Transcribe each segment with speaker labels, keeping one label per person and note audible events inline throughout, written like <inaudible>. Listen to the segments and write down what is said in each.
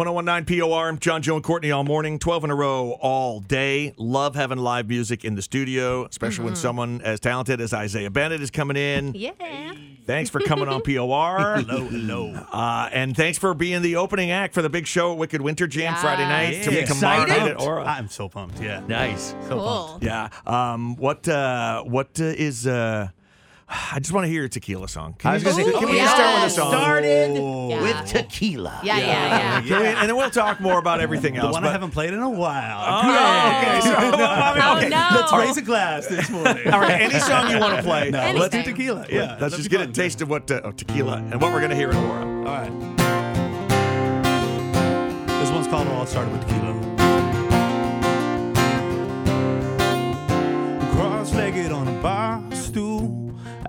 Speaker 1: 1019 POR, John, Joe, and Courtney all morning, 12 in a row all day. Love having live music in the studio, especially when someone as talented as Isaiah Bennett is coming in.
Speaker 2: Yeah.
Speaker 1: Thanks for coming on POR.
Speaker 3: <laughs>
Speaker 1: hello, hello. Uh, and thanks for being the opening act for the big show at Wicked Winter Jam Friday night.
Speaker 2: Yes.
Speaker 1: to be tomorrow
Speaker 3: Excited?
Speaker 1: night at Aura.
Speaker 3: I'm so pumped. Yeah.
Speaker 4: Nice.
Speaker 3: So
Speaker 2: Cool.
Speaker 3: pumped.
Speaker 1: Yeah. Um, what uh, What uh, is. Uh, I just want to hear a tequila song. Can,
Speaker 4: I
Speaker 1: you
Speaker 4: was gonna
Speaker 1: just-
Speaker 4: say,
Speaker 1: can
Speaker 2: Ooh,
Speaker 1: we
Speaker 3: Oh,
Speaker 1: just start with a
Speaker 2: yes.
Speaker 1: song?
Speaker 4: Started
Speaker 2: Yeah.
Speaker 4: with tequila.
Speaker 2: Yeah, yeah, yeah.
Speaker 1: Can we- and then we'll talk more about everything
Speaker 3: The
Speaker 1: else.
Speaker 3: one
Speaker 1: but- <laughs>
Speaker 3: I haven't played in a while.
Speaker 1: Oh, okay. Sorry.
Speaker 2: Oh, no.
Speaker 3: Let's raise a glass this morning.
Speaker 1: All right, any song you want to play.
Speaker 3: No,
Speaker 2: Anything.
Speaker 3: let's do tequila.
Speaker 1: Yeah,
Speaker 3: Yeah,
Speaker 1: let's
Speaker 3: that'd
Speaker 1: just
Speaker 3: be
Speaker 1: get a
Speaker 3: fun.
Speaker 1: taste of what uh, of tequila and what we're gonna hear in Aura.
Speaker 3: All right. This one's called All Started with Tequila. Cross legged on a bar stool.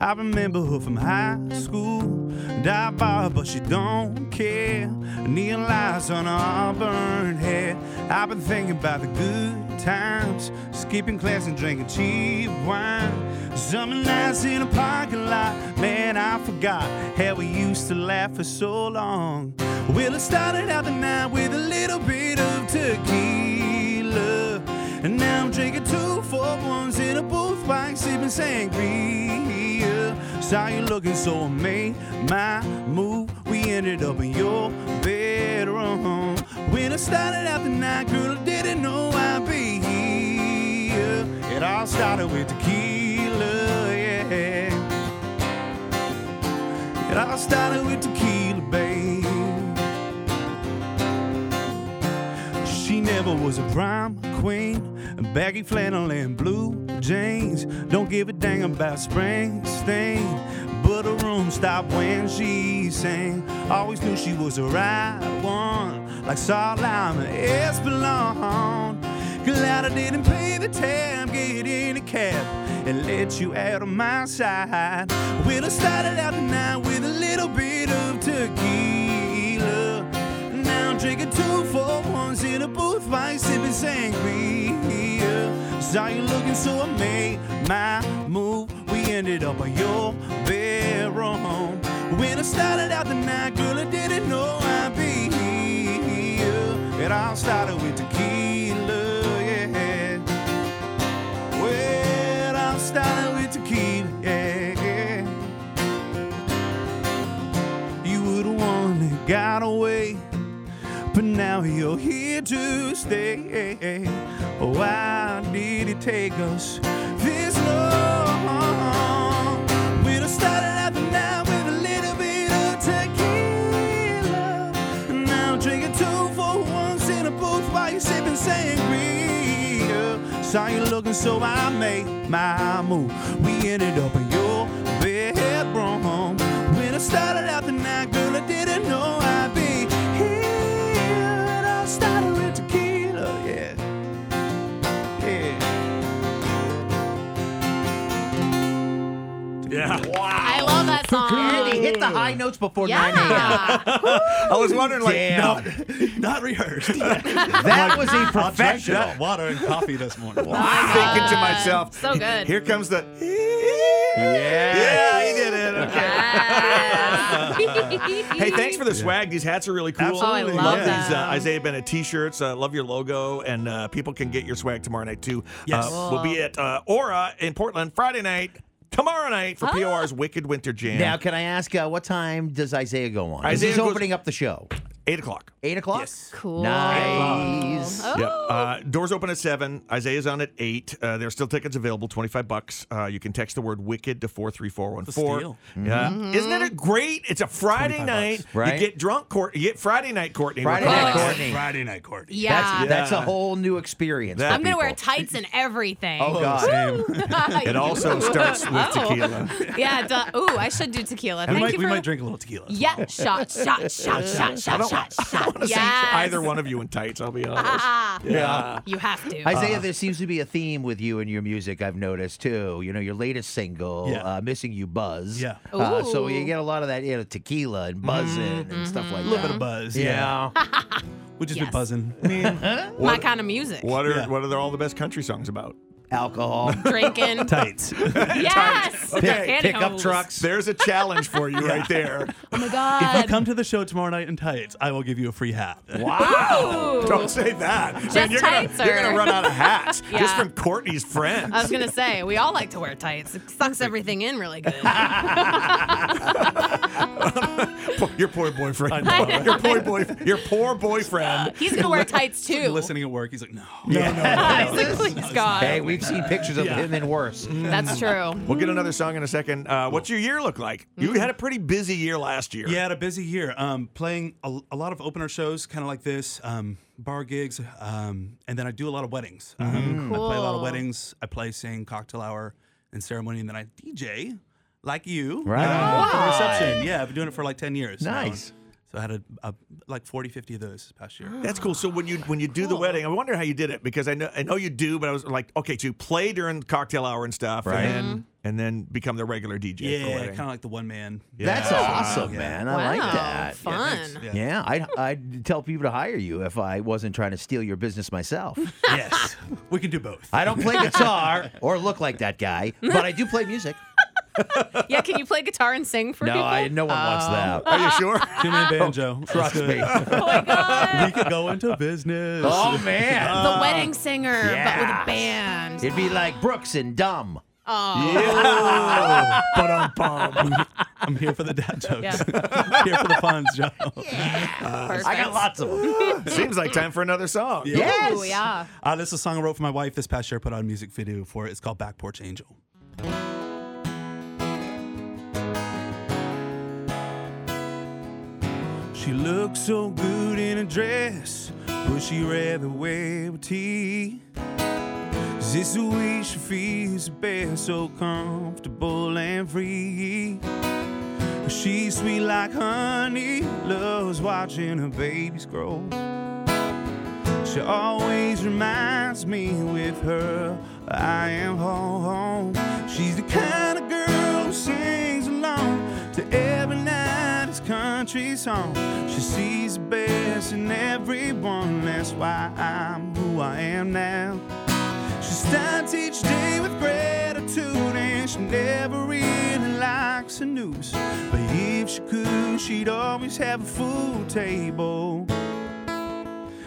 Speaker 3: I remember her from high school. Dive bar, but she don't care. Neon lights on her burnt hair. I've been thinking about the good times. Skipping class and drinking cheap wine. Summer nights in a parking lot. Man, I forgot how we used to laugh for so long. Well, it started out the night with a little bit of tequila. And now I'm drinking two four ones in a booth bike, sipping sangria. Saw you looking, so I made my move. We ended up in your bedroom. When I started out the night, girl, I didn't know I'd be here. It all started with tequila, yeah. It all started with tequila, babe. She never was a prom queen. Baggy flannel and blue jeans. Don't give a dang about Springsteen. But her room stopped when she sang. Always knew she was the right one. Like Saul Lima, Espelon. Glad I didn't pay the tab. Get in a cab and let you out of my side. Well, I started out tonight with a little bit of tequila. Now I'm drinking two for ones in a booth while sipping sangria. Saw you looking, so I made my move. We ended up on your bedroom. When I started out the night, girl, I didn't know I'd be here. It all started with tequila, yeah. Well, I'm starting with tequila, yeah, yeah. You were the one that got away, but now you're here to stay. Why did it take us this long? We'd have started out the night with a little bit of tequila. Now I'm drinking two for ones in a booth while you're sipping sangria. Saw you looking, so I made my move. We ended up in your bedroom. When I started out the night, girl, I didn't know I'd be here. It all started with tequila, yeah. Yeah.
Speaker 1: Yeah.
Speaker 2: I love that song.
Speaker 4: Andy hit the high notes before 9 a.m.
Speaker 2: Yeah.
Speaker 1: I was wondering, like,
Speaker 4: Damn.
Speaker 3: <laughs> Not rehearsed. <laughs>
Speaker 4: That was a
Speaker 3: I'll drink
Speaker 4: professional.
Speaker 3: that water and coffee this morning.
Speaker 1: I'm thinking to
Speaker 2: God.
Speaker 1: myself,
Speaker 2: So good.
Speaker 1: Here comes the.
Speaker 4: Yeah.
Speaker 1: Yeah, he did it. Okay.
Speaker 2: Yes.
Speaker 1: Hey, thanks for the swag. These hats are really cool.
Speaker 3: Absolutely. Oh, I love
Speaker 2: them.
Speaker 1: these uh, Isaiah Bennett t-shirts. Uh, love your logo, and uh, people can get your swag tomorrow night too.
Speaker 3: Yes.
Speaker 1: Uh, we'll be at uh, Aura in Portland Friday night, tomorrow night for POR's Wicked Winter Jam.
Speaker 4: Now, can I ask uh, what time does Isaiah go on? 'Cause
Speaker 1: Isaiah
Speaker 4: he's
Speaker 1: goes-
Speaker 4: opening up the show.
Speaker 1: Eight o'clock.
Speaker 4: Eight o'clock.
Speaker 3: Yes.
Speaker 2: Cool.
Speaker 4: Nice.
Speaker 2: Oh.
Speaker 1: Yeah. Uh, doors open at seven. Isaiah's on at eight. Uh, there are still tickets available, twenty-five bucks. Uh, you can text the word "wicked" to four three four one four.
Speaker 3: steal.
Speaker 1: Yeah, isn't it a great? It's a Friday
Speaker 3: 25
Speaker 1: night.
Speaker 3: bucks.
Speaker 4: Mm-hmm. Right.
Speaker 1: You get drunk, Court. You get Friday night, Courtney. with
Speaker 4: Friday
Speaker 1: the
Speaker 4: night,
Speaker 1: guys.
Speaker 4: Courtney.
Speaker 3: Friday night, Courtney.
Speaker 2: Yeah.
Speaker 4: That's a whole new experience.
Speaker 1: That-
Speaker 2: I'm going to wear
Speaker 1: people.
Speaker 2: tights and everything. <laughs>
Speaker 4: Oh, God.
Speaker 1: It also starts with
Speaker 2: Oh.
Speaker 1: tequila.
Speaker 2: Yeah. Duh. Ooh, I should do tequila.
Speaker 3: We
Speaker 2: Thank
Speaker 3: might,
Speaker 2: you
Speaker 3: we
Speaker 2: for
Speaker 3: might drink a little tequila.
Speaker 2: <laughs> Yeah, shot, shot, shot, shot, shot, shot, shot.
Speaker 1: want to
Speaker 2: Yes.
Speaker 1: see either one of you in tights. I'll be
Speaker 2: <laughs>
Speaker 1: honest.
Speaker 2: Ah,
Speaker 1: yeah.
Speaker 2: you have to.
Speaker 4: Isaiah, there seems to be a theme with you and your music. I've noticed too. You know, your latest single,
Speaker 3: Yeah.
Speaker 4: uh, "Missing You," buzz.
Speaker 3: Yeah.
Speaker 4: Uh, so
Speaker 2: Ooh. Mm-hmm.
Speaker 4: you get a lot of that, you know, tequila and buzzing and stuff like
Speaker 3: A little
Speaker 4: that.
Speaker 3: bit of buzz.
Speaker 4: yeah.
Speaker 3: We've just
Speaker 2: Yes.
Speaker 3: been buzzing.
Speaker 2: <laughs> My kind of music.
Speaker 1: What are
Speaker 3: Yeah.
Speaker 1: what are all the best country songs about?
Speaker 3: <laughs>
Speaker 4: alcohol,
Speaker 2: Drinking.
Speaker 3: Tights.
Speaker 2: yes.
Speaker 1: Okay.
Speaker 2: And
Speaker 4: pickup
Speaker 2: hose.
Speaker 4: trucks.
Speaker 1: There's a challenge for
Speaker 2: <laughs>
Speaker 1: you right there.
Speaker 2: Oh my
Speaker 3: if you
Speaker 2: God.
Speaker 3: come to the show tomorrow night in tights, I will give you a free hat.
Speaker 1: Wow!
Speaker 2: Ooh.
Speaker 1: Don't say that. Just you're
Speaker 2: tights
Speaker 1: gonna, you're
Speaker 2: or-
Speaker 1: gonna run out of hats.
Speaker 2: <laughs> Yeah.
Speaker 1: Just from Courtney's
Speaker 2: <laughs>
Speaker 1: friends.
Speaker 2: I was gonna say we all like to wear tights. It sucks everything in really good. Uh,
Speaker 1: Po- your poor
Speaker 2: <laughs>
Speaker 1: boyfriend.
Speaker 3: I
Speaker 1: Your poor boy. Your poor boyfriend.
Speaker 2: He's gonna
Speaker 3: <laughs>
Speaker 2: wear tights too.
Speaker 3: Listening at work, he's like, no.
Speaker 2: He's like, please God.
Speaker 4: Hey, we've seen pictures of him and worse.
Speaker 3: Mm-hmm.
Speaker 2: That's true. <laughs>
Speaker 1: We'll get another song in a second. Uh, what's your year look like? You had a pretty busy year last year.
Speaker 3: Yeah, I had a busy year. Um, playing a, a lot of opener shows, kind of like this, um, bar gigs, um, and then I do a lot of weddings. Um, I play a lot of
Speaker 2: Cool.
Speaker 3: weddings. I play, sing, cocktail hour, and ceremony, and then I DJ like you.
Speaker 4: Right
Speaker 3: um, for
Speaker 4: on.
Speaker 3: reception. Yeah, I've been doing it for like ten years. now.
Speaker 4: Nice.
Speaker 3: So I had a, a, like 40, 50 of those this past year.
Speaker 1: That's cool. So when you when you do the wedding, I wonder how you did it because I know I know you do, but I was like, okay, so you play during cocktail hour and stuff,
Speaker 4: Right.
Speaker 1: and then and then become the regular DJ. for
Speaker 3: yeah,
Speaker 1: wedding. <laughs>
Speaker 3: kind of like the one man.
Speaker 4: That's awesome, man. I
Speaker 2: wow.
Speaker 4: like that.
Speaker 2: Fun.
Speaker 3: Yeah.
Speaker 4: Yeah, I'd, I'd tell people to hire you if I wasn't trying to steal your business myself.
Speaker 3: yes, we can do
Speaker 4: <laughs>
Speaker 3: both.
Speaker 4: I don't
Speaker 1: <laughs>
Speaker 4: play guitar or look like that guy, but I do play music.
Speaker 2: yeah. can you play guitar and sing for
Speaker 4: No,
Speaker 2: people?
Speaker 4: I, no one wants
Speaker 1: Um,
Speaker 4: that.
Speaker 1: Are you sure?
Speaker 3: Two man banjo.
Speaker 4: Trust me.
Speaker 2: Oh my
Speaker 3: <laughs>
Speaker 2: God.
Speaker 3: we could go into business.
Speaker 4: <laughs>
Speaker 1: <laughs>
Speaker 4: Oh man,
Speaker 1: Um,
Speaker 2: the wedding singer, but with
Speaker 4: yes.
Speaker 2: a band.
Speaker 4: it'd be like Brooks and Dumb.
Speaker 2: oh.
Speaker 3: I'm, I'm here for the dad jokes. <laughs> here for the puns, Joe.
Speaker 2: Perfect.
Speaker 4: I got
Speaker 1: <laughs>
Speaker 4: lots of them.
Speaker 1: Seems like time for another song.
Speaker 3: Yeah.
Speaker 4: Yes.
Speaker 2: Ooh, yeah.
Speaker 3: Uh, this is a song I wrote for my wife this past year. I put out a music video for it. It's called Back Porch Angel. She looks so good in a dress, but she rather wear a tee. 'Cause it's the way she feels best, so comfortable and free. She's sweet like honey, loves watching her babies grow. She always reminds me with her I am home. She's the kind of girl who sings along to every nineties country song. She sees the best in everyone. That's why I'm who I am now. She starts each day with gratitude and she never really likes the news. But if she could, she'd always have a full table.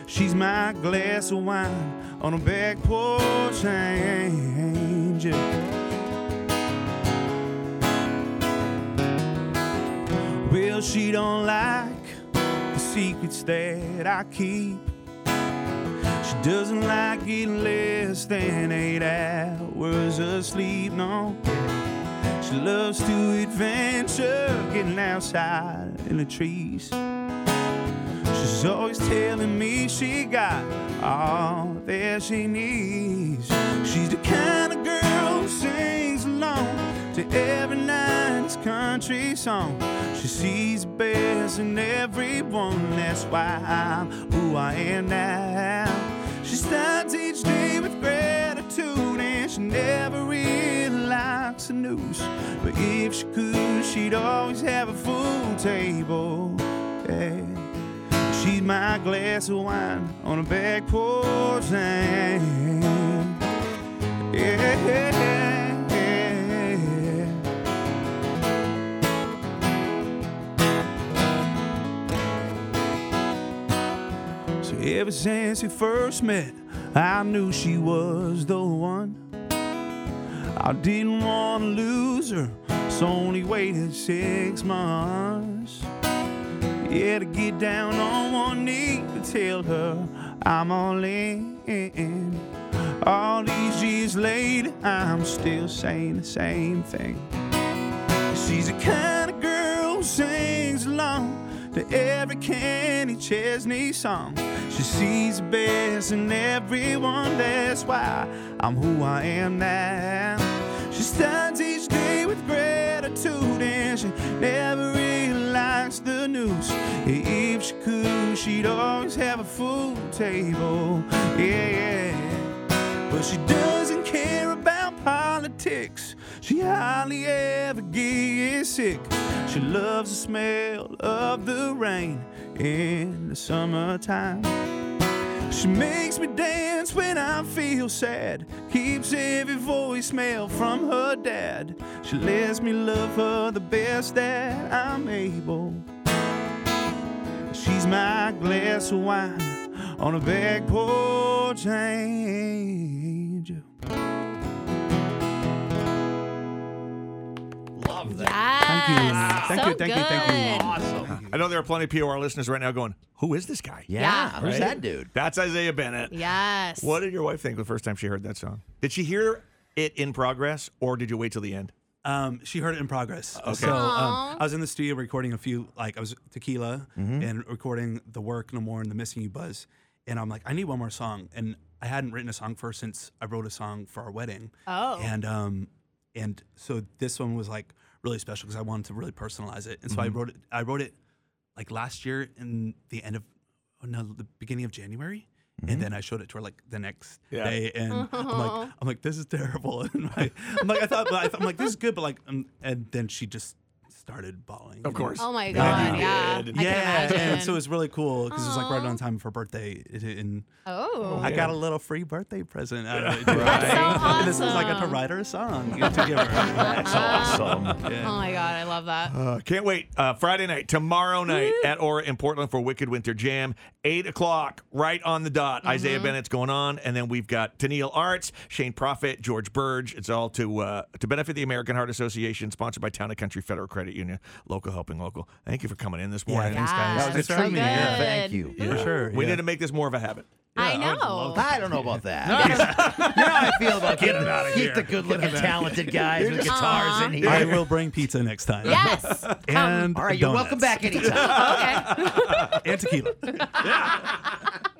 Speaker 3: She's my glass of wine on a back porch angel. Well, she don't like the secrets that I keep. She doesn't like getting less than eight hours of sleep, no. She loves to adventure, getting outside in the trees. She's always telling me she got all that she needs. She's the kind of girl who sings along to every night's country song. She sees the best in everyone. That's why I'm who I am now. She starts each day with gratitude and she never really likes the news. But if she could, she'd always have a full table. Yeah. She's my glass of wine on a back porch stand. Yeah. So ever since we first met, I knew she was the one. I didn't want to lose her, so only waited six months. Yeah, to get down on one knee to tell her I'm all in. All these years later, I'm still saying the same thing. She's the kind of girl who sings along to every Kenny Chesney song. She sees the best in everyone, that's why I'm who I am now. She stands each day with gratitude and she never really likes the news. If she could, she'd always have a full table. Yeah, yeah. But she doesn't care about politics. She hardly ever gets sick. She loves the smell of the rain in the summertime. She makes me dance when I feel sad. Keeps every voicemail from her dad. She lets me love her the best that I'm able. She's my glass of wine on a back porch angel.
Speaker 1: Love that.
Speaker 2: Yes.
Speaker 3: Thank
Speaker 2: so
Speaker 3: you, thank
Speaker 2: good.
Speaker 3: you, thank you.
Speaker 1: Awesome. I know there are plenty of POR listeners right now going, "Who is this guy?"
Speaker 4: Yeah,
Speaker 2: Yeah,
Speaker 4: who's
Speaker 1: Right?
Speaker 4: that dude?
Speaker 1: That's Isaiah Bennett.
Speaker 2: Yes.
Speaker 1: What did your wife think the first time she heard that song? Did she hear it in progress, or did you wait till the end?
Speaker 3: Um, she heard it in progress. So um, I was in the studio recording a few, like I was tequila and recording the work no more and the missing you buzz. And I'm like, I need one more song. And I hadn't written a song first since I wrote a song for our wedding.
Speaker 2: Oh.
Speaker 3: And um, and so this one was like really special because I wanted to really personalize it. And so I
Speaker 1: Mm-hmm.
Speaker 3: wrote it. I wrote it like last year in the end of oh no the beginning of January. And then I showed it to her like the next
Speaker 1: Mm-hmm. Yeah.
Speaker 3: day,
Speaker 2: <laughs>
Speaker 3: and I'm like, I'm like, this is terrible. <laughs> And I, I'm like, I thought, but I thought, I'm like, this is good, but like, um, and then she just started bawling.
Speaker 1: Of course.
Speaker 2: Oh my God.
Speaker 3: you
Speaker 2: Yeah.
Speaker 1: did.
Speaker 2: I
Speaker 3: yeah,
Speaker 2: Can imagine.
Speaker 3: and so it was really cool because it was like right on time for her birthday, it- it- and
Speaker 2: oh.
Speaker 3: I got a little free birthday present out of it.
Speaker 2: That's so
Speaker 3: <laughs> And this was like I got to
Speaker 2: awesome.
Speaker 3: write her a song you know, to give her.
Speaker 1: Um, That's awesome.
Speaker 2: Oh my God. I love that.
Speaker 1: Uh, can't wait. Uh, Friday night, tomorrow night at Aura in Portland for Wicked Winter Jam. 8 o'clock, right on the dot. Isaiah Bennett's going on. And then we've got Tennille Arts, Shane Prophet, George Burge. It's all to uh, to benefit the American Heart Association, sponsored by Town and Country Federal Credit Union. Local helping local. Thank you for coming in this morning.
Speaker 3: thanks,
Speaker 2: Yeah.
Speaker 3: guys.
Speaker 4: That was
Speaker 3: Thanks for
Speaker 4: extremely
Speaker 3: having me.
Speaker 4: good.
Speaker 3: Yeah,
Speaker 4: Thank you.
Speaker 3: For sure.
Speaker 1: We
Speaker 3: yeah.
Speaker 1: need to make this more of a habit.
Speaker 2: I
Speaker 3: I would
Speaker 2: know.
Speaker 3: love
Speaker 4: I don't know
Speaker 1: <laughs>
Speaker 4: about that. you know how I feel about getting
Speaker 1: outta
Speaker 4: keep
Speaker 1: here.
Speaker 4: the good-looking, talented guys with guitars in here.
Speaker 3: I will bring pizza next time. <laughs>
Speaker 2: Yes.
Speaker 3: And
Speaker 4: All right, you're welcome
Speaker 3: donuts.
Speaker 4: back anytime.
Speaker 2: Okay.
Speaker 3: And tequila.